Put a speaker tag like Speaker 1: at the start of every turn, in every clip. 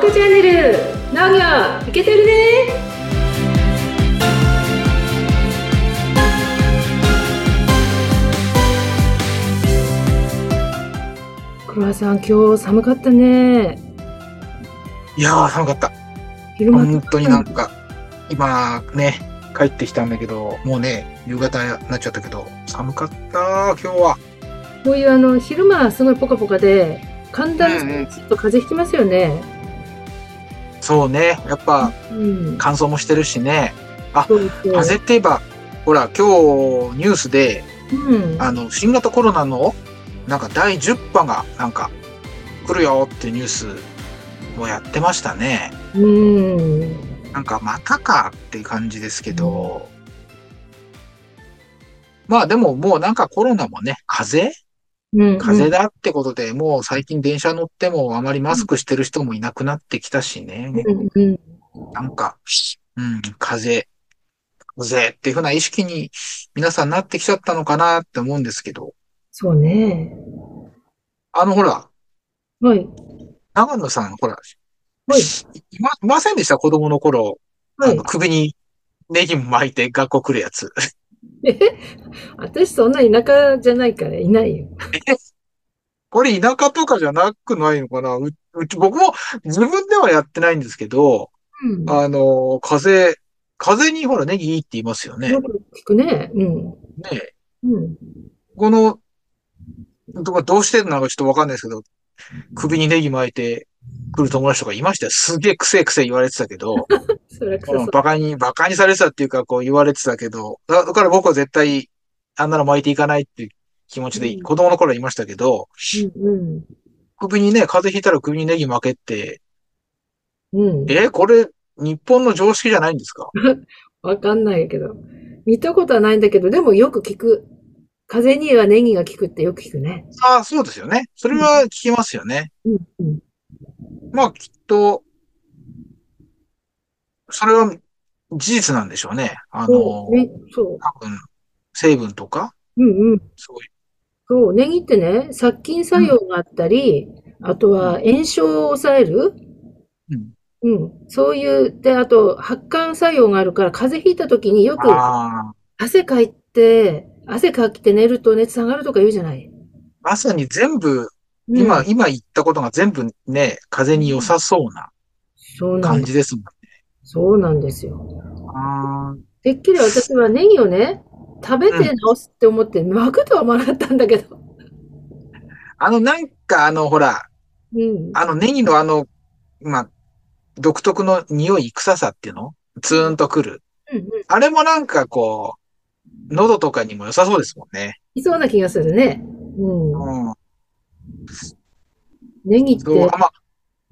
Speaker 1: クチャンネル農業いけてるね黒田さん今日寒かったね
Speaker 2: いやー、寒かった。
Speaker 1: 昼間
Speaker 2: 本当になんか、今ね、帰ってきたんだけど、もうね、夕方になっちゃったけど、寒かったー、今日は。
Speaker 1: こういうあの昼間はすごいポカポカで寒暖
Speaker 2: うんうん
Speaker 1: 差ちょっと風邪ひきますよね、
Speaker 2: そうね、やっぱ
Speaker 1: うん、
Speaker 2: 乾燥もしてるしね、
Speaker 1: そうそう
Speaker 2: 風邪って言えば、ほら、今日ニュースで、
Speaker 1: うん
Speaker 2: あの、新型コロナの、なんか第10波が、なんか、来るよってニュースをやってましたね。
Speaker 1: うん
Speaker 2: なんかまたかっていう感じですけど、まあでももうなんかコロナもね、風邪
Speaker 1: うん
Speaker 2: 風邪だってことで、もう最近電車乗ってもあまりマスクしてる人もいなくなってきたしね。
Speaker 1: うんうん
Speaker 2: なんか、うん、風邪、風邪っていうふうな意識に皆さんなってきちゃったのかなって思うんですけど、
Speaker 1: そうね
Speaker 2: あのほら、
Speaker 1: はい
Speaker 2: 長野さんほら、
Speaker 1: はい
Speaker 2: いま、いませんでした子供の頃、
Speaker 1: は
Speaker 2: あ
Speaker 1: い
Speaker 2: の首にネギ巻いて学校来るやつ。
Speaker 1: え私そんな田舎じゃないからいないよ。
Speaker 2: これ田舎とかじゃなくないのかなううち、僕も自分ではやってないんですけど、
Speaker 1: うん、
Speaker 2: あの、風、風にほらネギいいって言いますよね
Speaker 1: よ。く聞くね。うん。
Speaker 2: ね
Speaker 1: うん。
Speaker 2: この、どどうしてなのかちょっとわかんないですけど、首にネギ巻いてくる友達とかいましたよ。すげえくせえくせえ言われてた けど、
Speaker 1: それは臭
Speaker 2: う
Speaker 1: そ
Speaker 2: ん
Speaker 1: う。
Speaker 2: バカに、バカにされてたっていうか、こう言われてたけど、だだから僕は絶対、あんなの巻いていかないっていう気持ちで、
Speaker 1: うん
Speaker 2: 子供の頃はいましたけど、
Speaker 1: うん
Speaker 2: 首にね、風邪ひいたら首にネギ巻けって、
Speaker 1: うん。うん。
Speaker 2: えーこれ、日本の常識じゃないんですか
Speaker 1: わかんないけど。見たことはないんだけど、でもよく聞く。風にはネギが効くってよく聞くね。
Speaker 2: ああ、そうですよね。それは聞きますよね。
Speaker 1: うんうん。
Speaker 2: まあ、きっと、それは事実なんでしょうね。あの
Speaker 1: そ、うね、そ
Speaker 2: 多分、成分とか、
Speaker 1: う。うんうん。
Speaker 2: そうい
Speaker 1: そう。ネギってね、殺菌作用があったり、あとは炎症を抑える。
Speaker 2: う。うん、
Speaker 1: うん。そういう、で、あと発汗作用があるから、風邪ひいた時によく
Speaker 2: ああ、
Speaker 1: 汗かいて、汗かきて寝ると熱下がるとか言うじゃない。
Speaker 2: まさに全部、
Speaker 1: うん
Speaker 2: 今、今言ったことが全部ね、風に良さそうな
Speaker 1: そうなん
Speaker 2: 感
Speaker 1: です。
Speaker 2: じですもんね。
Speaker 1: そうなんですよ。
Speaker 2: あー
Speaker 1: てっきり私はネギをね、食べて直すって思って、巻くとは思わなかったんだけど。
Speaker 2: あの、なんか、あの、ほら、
Speaker 1: うん。
Speaker 2: あの、ネギのあの、まあ、独特の匂い、臭さっていうのツーンとくる。
Speaker 1: うんうん。
Speaker 2: あれもなんかこう、喉とかにも良さそうですもんね。
Speaker 1: いそうな気がするね。うん。
Speaker 2: うん。
Speaker 1: ネギって、
Speaker 2: そう、あまあ、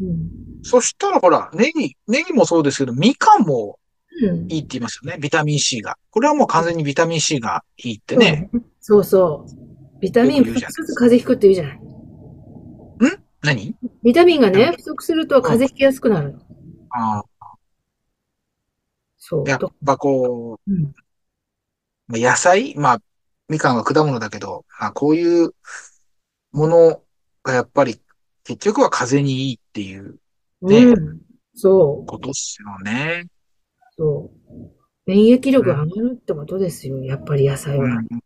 Speaker 1: うん。
Speaker 2: そしたらほら、ネギ、ネギもそうですけど、みかんも
Speaker 1: うん。
Speaker 2: いいって言いますよね。ビタミン C が。これはもう完全にビタミン C がいいってね。
Speaker 1: そうそう。ビタミン
Speaker 2: よく言う
Speaker 1: 不
Speaker 2: じゃん
Speaker 1: 足すると風邪ひくって言うじゃない。
Speaker 2: 何
Speaker 1: ビタミンがね、不足すると風邪ひきやすくなるの。
Speaker 2: ああ、
Speaker 1: そう。
Speaker 2: やっ
Speaker 1: と
Speaker 2: ぱこ
Speaker 1: うん
Speaker 2: う、まあ野菜まあ、みかんは果物だけど、まあこういうものがやっぱり結局は風にいいっていうね
Speaker 1: うん。そう。
Speaker 2: ことっすよね。
Speaker 1: そう。免疫力が上がるってことですよ。やっぱり野菜
Speaker 2: う
Speaker 1: は。
Speaker 2: ん。うん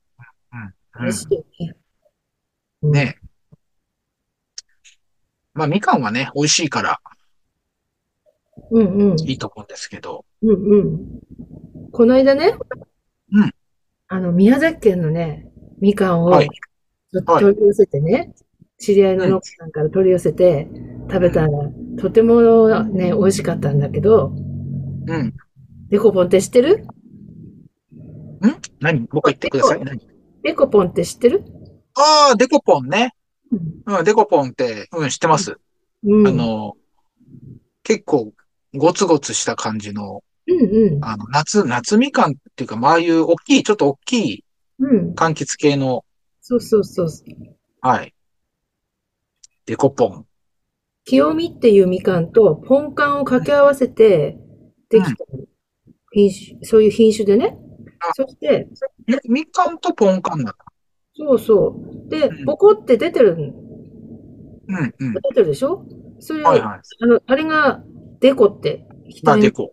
Speaker 1: 嬉しいよね。うん
Speaker 2: ねえ。まあ、みかんはね、美味しいから
Speaker 1: うんうん。
Speaker 2: いいと思うんですけど。
Speaker 1: うんうん。この間ね、
Speaker 2: うん
Speaker 1: あの、宮崎県のね、みかんを
Speaker 2: はい
Speaker 1: ちょっと取り寄せてね、知り合いの農家さんから取り寄せて食べたら、とてもね、美味しかったんだけど、
Speaker 2: うん。
Speaker 1: デコポンって知ってる
Speaker 2: 何もう一回言ってください。何
Speaker 1: デコポンって知ってる
Speaker 2: ああ、デコポンね。
Speaker 1: うん
Speaker 2: うん、デコポンって、うん、知ってます。
Speaker 1: うん。
Speaker 2: あの、結構、ゴツゴツした感じの、
Speaker 1: うんうん。
Speaker 2: あの、夏、夏みかんっていうか、まあ、ああいう大きい、ちょっと大きい
Speaker 1: うん。
Speaker 2: 柑橘系の、
Speaker 1: そうそうそう。
Speaker 2: はい。デコポン。
Speaker 1: 清見っていうみかんとポンカンを掛け合わせてできた品種、そういう品種でね
Speaker 2: あ。
Speaker 1: そして、
Speaker 2: みみかんとポンカンだ。
Speaker 1: そうそう。で
Speaker 2: う、ん
Speaker 1: ボコって出てる、
Speaker 2: うん、うん。
Speaker 1: 出てるでしょそれ、
Speaker 2: はいはい。
Speaker 1: あの、あれが、デコって、
Speaker 2: まあ、
Speaker 1: 額に
Speaker 2: デコ。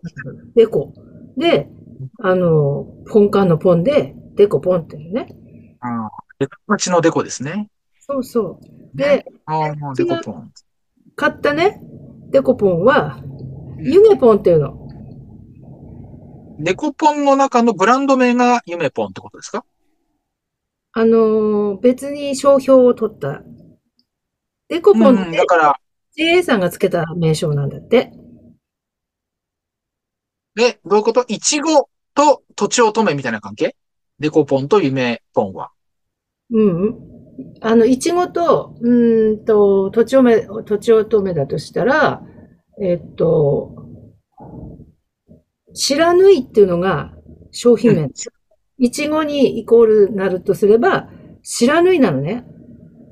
Speaker 1: デコ。で、あの、ポンカンのポンで、デコポンっていうね。
Speaker 2: ああ、デコパチのデコですね。
Speaker 1: そうそう。で、
Speaker 2: ああ、もうデコポン。
Speaker 1: 買ったね、デコポンは、
Speaker 2: ん
Speaker 1: ユネポンっていうの。
Speaker 2: デコポンの中のブランド名がユメポンってことですか
Speaker 1: あのー別に商標を取った。デコポン
Speaker 2: う
Speaker 1: っ
Speaker 2: ん、
Speaker 1: て
Speaker 2: だから、
Speaker 1: JA さんがつけた名称なんだって。
Speaker 2: で、どういうこといちごととちおとめみたいな関係デコポンとユメポンは。
Speaker 1: うんうん。あの、いちごと、うーんと、とちおめ、とちおとめだとしたら、えっと、知らぬいっていうのが商品名。いちごにイコールなるとすれば、知らぬいなのね。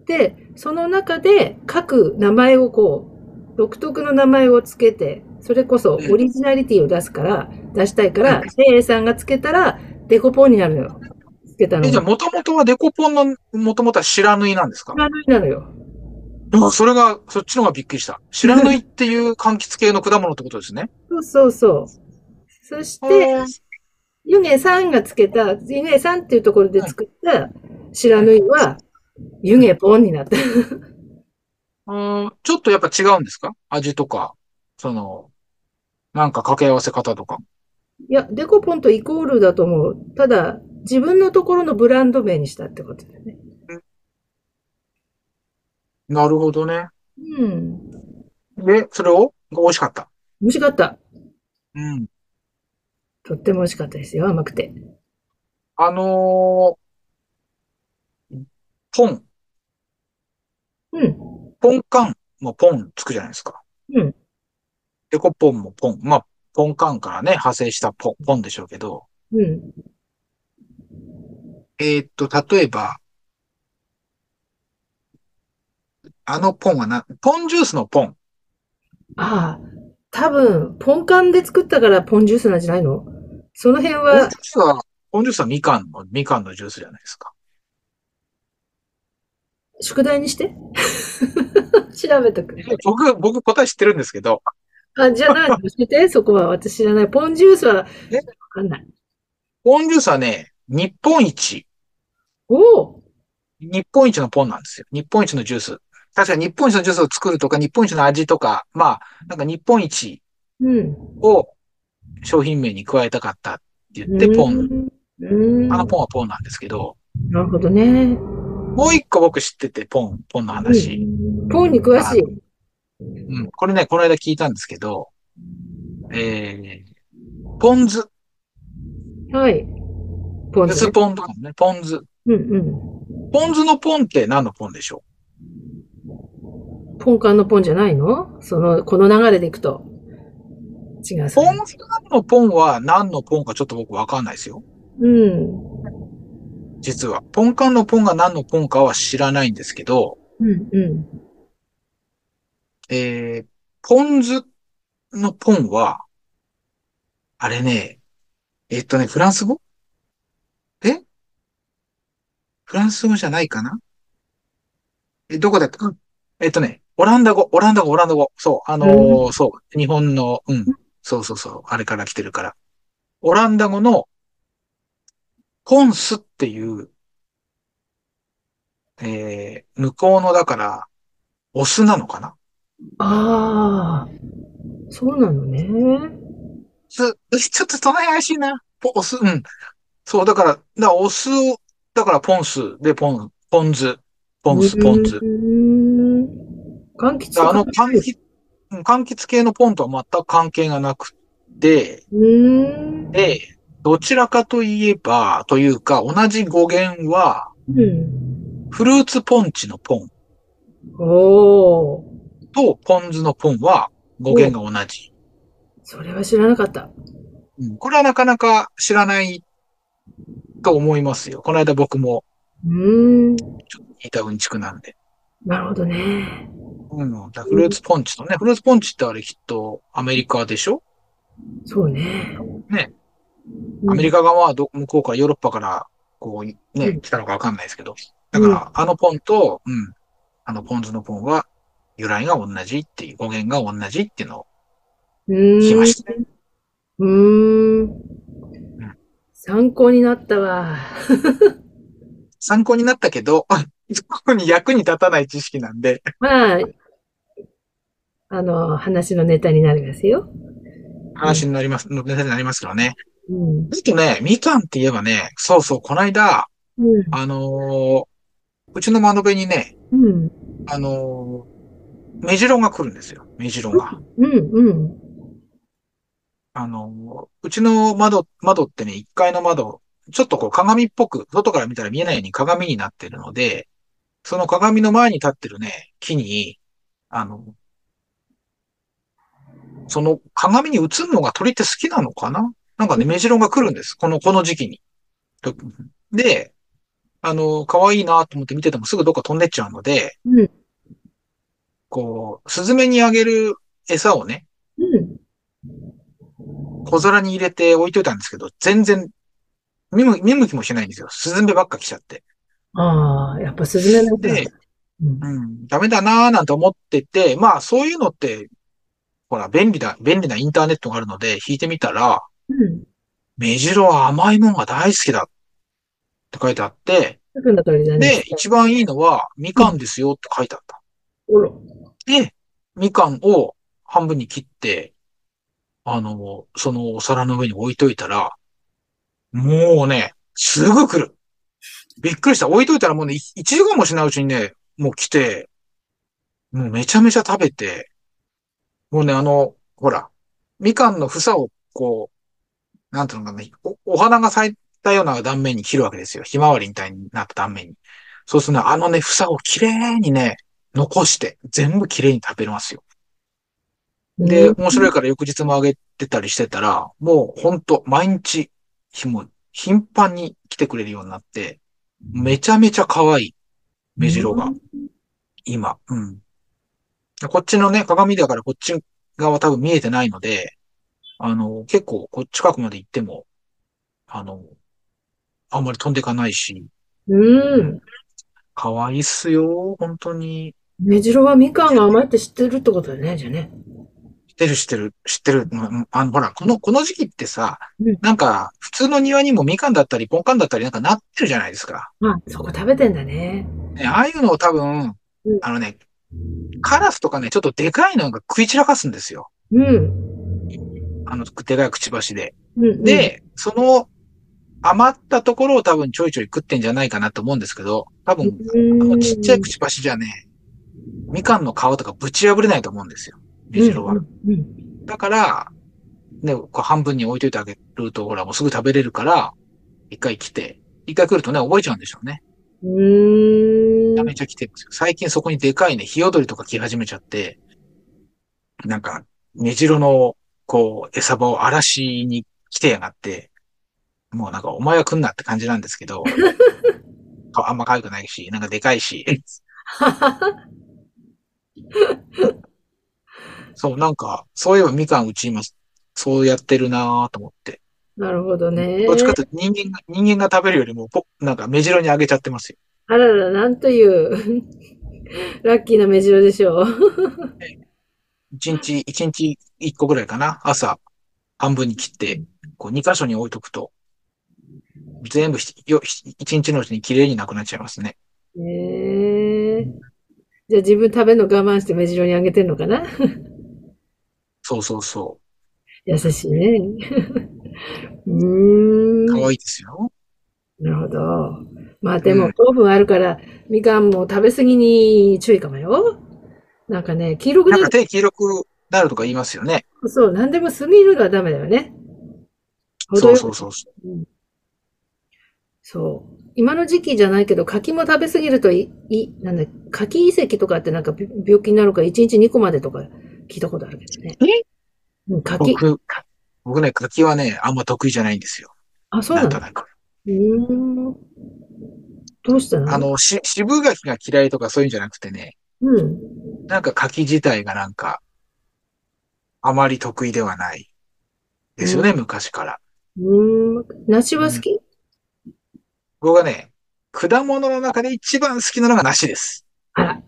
Speaker 1: で、その中で各名前をこう、独特の名前をつけて、それこそオリジナリティを出すから、出したいから
Speaker 2: う、
Speaker 1: JA さんがつけたら、デコポンになるのよ。つけたの
Speaker 2: え、じゃ
Speaker 1: が
Speaker 2: あ、。もともとはデコポンの、もともとは知らぬいなんですか
Speaker 1: 知らぬいなのよ。
Speaker 2: あそれが、そっちの方がびっくりした。知らぬいっていう柑橘系の果物ってことですね。
Speaker 1: そうそうそう。そして、
Speaker 2: うん
Speaker 1: ユゲさんがつけた、ユゲさんっていうところで作った白縫いは、ユゲポンになった。
Speaker 2: うんちょっとやっぱ違うんですか味とか、その、なんか掛け合わせ方とか。
Speaker 1: いや、デコポンとイコールだと思う。ただ、自分のところのブランド名にしたってことだよね。
Speaker 2: なるほどね。
Speaker 1: うん。
Speaker 2: で、それを美味しかった。
Speaker 1: 美味しかった。
Speaker 2: うん。
Speaker 1: とっても美味しかったですよ。甘くて。
Speaker 2: あのーポン、
Speaker 1: うん。
Speaker 2: ポンカンもポンつくじゃないですか。
Speaker 1: うん。
Speaker 2: デコポンもポン。まあ、ポンカンからね、派生したポン、ポンでしょうけど。
Speaker 1: うん。
Speaker 2: えーっと、例えば、あのポンはな、ポンジュースのポン。
Speaker 1: ああ、多分、ポンカンで作ったからポンジュースなんじゃないのその辺
Speaker 2: ポンジュー
Speaker 1: は、
Speaker 2: スは、ポンジュースはみかんの、みかんのジュースじゃないですか。
Speaker 1: 宿題にして 調べとく。
Speaker 2: 僕、僕答え知ってるんですけど、
Speaker 1: あ、じゃあ何教えて、そこは私知らない。ポンジュースはわ
Speaker 2: え
Speaker 1: かんない。
Speaker 2: ポンジュースはね、日本一、
Speaker 1: おお、
Speaker 2: 日本一のポンなんですよ。日本一のジュース。確かに日本一のジュースを作るとか、日本一の味とか、まあ、なんか日本一
Speaker 1: うん。
Speaker 2: を商品名に加えたかったって言って、ポン。
Speaker 1: ン。うん。
Speaker 2: あの
Speaker 1: な
Speaker 2: ポンはポンなんですけど、
Speaker 1: るほどね。
Speaker 2: もう一個僕知ってて、ポン、ポンの話。
Speaker 1: うんポンに詳しい。
Speaker 2: うん、これね、この間聞いたんですけど、えー、ポン酢、
Speaker 1: はい。ポンね
Speaker 2: 酢ポンとかもね、ポン酢。
Speaker 1: うんう
Speaker 2: ポン酢のポンって何のポンでしょ
Speaker 1: ん。ポンカンのポンじゃないのその、この流れでいくと。違う。
Speaker 2: う
Speaker 1: それ
Speaker 2: ポン酢のポンは何のポンかちょっと僕わかんないですよ。
Speaker 1: うん。
Speaker 2: 実は。ポンカンのポンが何のポンかは知らないんですけど、
Speaker 1: うんうん。
Speaker 2: えー、ポン酢のポンは、あれね、えっとね、フランス語えフランス語じゃないかなえ、どこだっけうんえっとね、オランダ語、オランダ語、オランダ語。そう、あのーそう、日本の、うん、そうそうそう、あれから来てるから。オランダ語の、ポンスっていう、えー、向こうの、だから、オスなのかな
Speaker 1: ああ。そうなのね。
Speaker 2: す、ちょっとその辺怪しいな。ポ、お酢、うん。そう、だから、だからお酢を、だからポン酢でポン、ポン酢、ポン酢、ポン酢。だ
Speaker 1: うーん。柑橘
Speaker 2: からあの、柑橘、うん柑橘系のポンとは全く関係がなくて、
Speaker 1: うーん。
Speaker 2: で、どちらかといえば、というか、同じ語源は、
Speaker 1: うん。
Speaker 2: フルーツポンチのポン
Speaker 1: おお。
Speaker 2: とポン酢のポンは語源が同じ。
Speaker 1: それは知らなかった。
Speaker 2: うん、これはなかなか知らないと思いますよ。この間僕も
Speaker 1: うーん。
Speaker 2: 聞いたうんちくなんで。
Speaker 1: なるほどね。
Speaker 2: うん、だからフルーツポンチとね、フルーツポンチってあれきっとアメリカでしょ
Speaker 1: そうね。
Speaker 2: ね
Speaker 1: うん。
Speaker 2: アメリカ側はど向こうからヨーロッパからこうね、
Speaker 1: うん
Speaker 2: 来たのかわかんないですけど。だから、あのポンと、うん、あのポン酢のポンは、由来が同じっていう、語源が同じっていうのを
Speaker 1: う
Speaker 2: 聞き
Speaker 1: ーん
Speaker 2: ました。
Speaker 1: うーん。参考になったわ。
Speaker 2: 参考になったけど、 特に役に立たない知識なんで、
Speaker 1: まあ、あの、話のネタになりますよ。
Speaker 2: 話になります、のネタになりますけどね。
Speaker 1: うん。
Speaker 2: あとね、みかんって言えばね、そうそう、この間、
Speaker 1: うん。
Speaker 2: あのーうちの窓辺にね、
Speaker 1: うん。
Speaker 2: あのーメジロが来るんですよ、メジロが。
Speaker 1: うん。うん。
Speaker 2: あのーうちの窓、窓ってね、1階の窓、ちょっとこう鏡っぽく、外から見たら見えないように鏡になってるので、その鏡の前に立ってるね、木に、あの、その鏡に映るのが鳥って好きなのかななんかね、メジロが来るんです。この、この時期に。とで、あの、可愛いなと思って見ててもすぐどっか飛んでっちゃうので、
Speaker 1: うん
Speaker 2: こう、スズメにあげる餌をね、
Speaker 1: うん。
Speaker 2: 小皿に入れて置いといたんですけど、全然、見む見向きもしないんですよ。スズメばっか来ちゃって。
Speaker 1: ああ、やっぱスズメの音なんだ
Speaker 2: で
Speaker 1: うん
Speaker 2: うん、ダメだなーなんて思ってて、まあそういうのって、ほら、便利だ、便利なインターネットがあるので、引いてみたら、
Speaker 1: うん。
Speaker 2: メジロは甘いものが大好きだって書いてあって、
Speaker 1: 特にだからじゃない
Speaker 2: で、一番いいのは、みかんですよって書いてあった。
Speaker 1: おろ。
Speaker 2: で、みかんを半分に切って、あの、そのお皿の上に置いといたら、もうね、すぐ来る。びっくりした。置いといたらもうね、い一時間もしないうちにね、もう来て、もうめちゃめちゃ食べて、もうね、あの、ほら、みかんの房をこう、なんていうのかな、お、お花が咲いたような断面に切るわけですよ。ひまわりみたいになった断面に。そうするとね、あのね、房をきれいにね、残して、全部きれいに食べれますよ。で、
Speaker 1: うん
Speaker 2: 面白いから翌日もあげてたりしてたら、もうほんと毎日、ひも、頻繁に来てくれるようになって、めちゃめちゃ可愛い、メジロが、今。うん。こっちのね、鏡だからこっち側多分見えてないので、あの、結構こう近くまで行っても、あの、あんまり飛んでかないし、
Speaker 1: うん。
Speaker 2: 可愛いっすよ、本当に。
Speaker 1: メジロはみかんが甘いって知ってるってことだね、じゃあね。
Speaker 2: 知ってる、知ってる、知ってる。うんうんあの、ほら、この、この時期ってさ
Speaker 1: うん、
Speaker 2: なんか、普通の庭にもみかんだったり、ポンカンだったり、なんかなってるじゃないですか。
Speaker 1: あ、そこ食べてんだね。
Speaker 2: ね、ああいうのを多分
Speaker 1: うん、
Speaker 2: あのね、カラスとかね、ちょっとでかいのが食い散らかすんですよ。
Speaker 1: うん。
Speaker 2: あの、でかいくちばしで。
Speaker 1: うん。
Speaker 2: で、その、余ったところを多分ちょいちょい食ってんじゃないかなと思うんですけど、多分、あ
Speaker 1: うん、
Speaker 2: のちっちゃいくちばしじゃね、みかんの皮とかぶち破れないと思うんですよ。メジロは
Speaker 1: う。んうん
Speaker 2: だから、ね、こう半分に置いといてあげると、ほら、もうすぐ食べれるから、一回来て、一回来るとね、覚えちゃうんでしょうね。
Speaker 1: うん。
Speaker 2: めち
Speaker 1: う
Speaker 2: ゃ
Speaker 1: ん。
Speaker 2: めちゃ来てるんですよ。最近そこにでかいね、ヒヨドリとか来始めちゃって、なんか、メジロの、こう、餌場を荒らしに来てやがって、もうなんか、お前は来んなって感じなんです けど、かあんま可愛くないし、なんかでかいし、そう、なんか、そういえばみかんうち今、そうやってるなぁと思って。
Speaker 1: なるほどね
Speaker 2: どっ。ちかというと人間が、人間が食べるよりも、ぽなんか目白にあげちゃってますよ。
Speaker 1: あらら、なんという、 ラッキーなメジロでしょう。
Speaker 2: 一日、一日一個ぐらいかな。朝、半分に切って、こう二箇所に置いとくと、全部ひよひ一日のうちに綺麗になくなっちゃいますね。
Speaker 1: へえ。じゃあ自分食べるの我慢してメジロにあげてんのかな
Speaker 2: そうそうそ
Speaker 1: 優しいね。うーん
Speaker 2: う。。可愛いですよ。
Speaker 1: なるほど。まあでも
Speaker 2: うん
Speaker 1: 糖分あるから、みかんも食べ過ぎに注意かもよ。なんかね、黄色く
Speaker 2: な
Speaker 1: なんる
Speaker 2: か手黄色くなるとか言いますよね。
Speaker 1: そう、なんでも過ぎるのはダメだよね。程
Speaker 2: そ
Speaker 1: よ
Speaker 2: う
Speaker 1: く
Speaker 2: そうそうそう。
Speaker 1: そう。今の時期じゃないけど、柿も食べ過ぎるとい、い、なんだ、柿胃石とかってなんかび病気になるから、1日2個までとか聞いたことあるけどね。うん、柿。
Speaker 2: 僕、僕ね、柿はね、あんま得意じゃないんですよ。
Speaker 1: あ、そう
Speaker 2: な
Speaker 1: なん
Speaker 2: と
Speaker 1: の
Speaker 2: なく。
Speaker 1: うーん。どうしたの
Speaker 2: あ、の、し、渋柿が嫌いとかそういうんじゃなくてね、
Speaker 1: うん。
Speaker 2: なんか柿自体がなんか、あまり得意ではない。ですよね、昔から。
Speaker 1: うーん。梨は好き
Speaker 2: 僕はね、果物の中で一番好きなのが梨です。
Speaker 1: あら。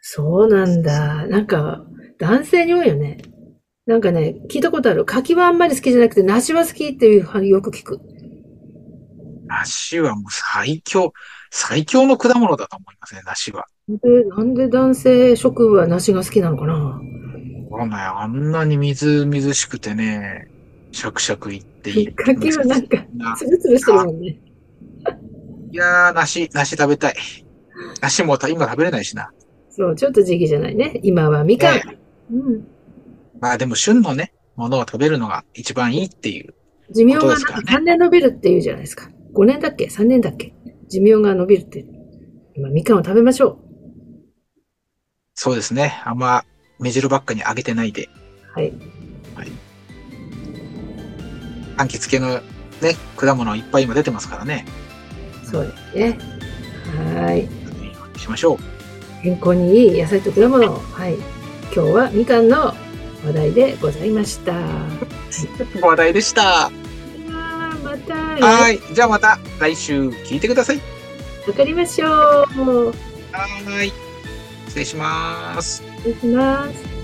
Speaker 1: そうなんだ。なんか、男性に多いよね。なんかね、聞いたことある。柿はあんまり好きじゃなくて、梨は好きっていう話よく聞く。
Speaker 2: 梨はもう最強、最強の果物だと思いますね、梨は。
Speaker 1: で、なんで男性諸君は梨が好きなのかな
Speaker 2: わかんない。あんなにみずみずしくてね、シャクシャクいっていい。
Speaker 1: 柿はなんか、
Speaker 2: な
Speaker 1: ツルツルしてるもんね。
Speaker 2: いやー、梨、梨食べたい。梨もた今食べれないしな。
Speaker 1: そう、ちょっと時期じゃないね。今はみかん。
Speaker 2: ね
Speaker 1: うん。
Speaker 2: まあでも旬のね、ものを食べるのが一番いいっていう。
Speaker 1: 寿命
Speaker 2: こと
Speaker 1: が
Speaker 2: ですから
Speaker 1: なん
Speaker 2: ね
Speaker 1: か3年伸びるっていうじゃないですか。5年だっけ ?3 年だっけ寿命が伸びるって。今、みかんを食べましょ
Speaker 2: そうですね。あんま、目白ばっかにあげてないで、
Speaker 1: う。はい。
Speaker 2: 柑橘系のね、果物いっぱい今出てますからね。
Speaker 1: そうですね。はーい。
Speaker 2: しましょう。
Speaker 1: 健康にいい野菜と果物。はい。今日はみかんの話題でございました。
Speaker 2: 話題でした。
Speaker 1: あーまた、
Speaker 2: は
Speaker 1: わ
Speaker 2: い。じゃあまた来週聞いてください。
Speaker 1: かりましょう。もう、
Speaker 2: はい。失礼します。
Speaker 1: 行きます。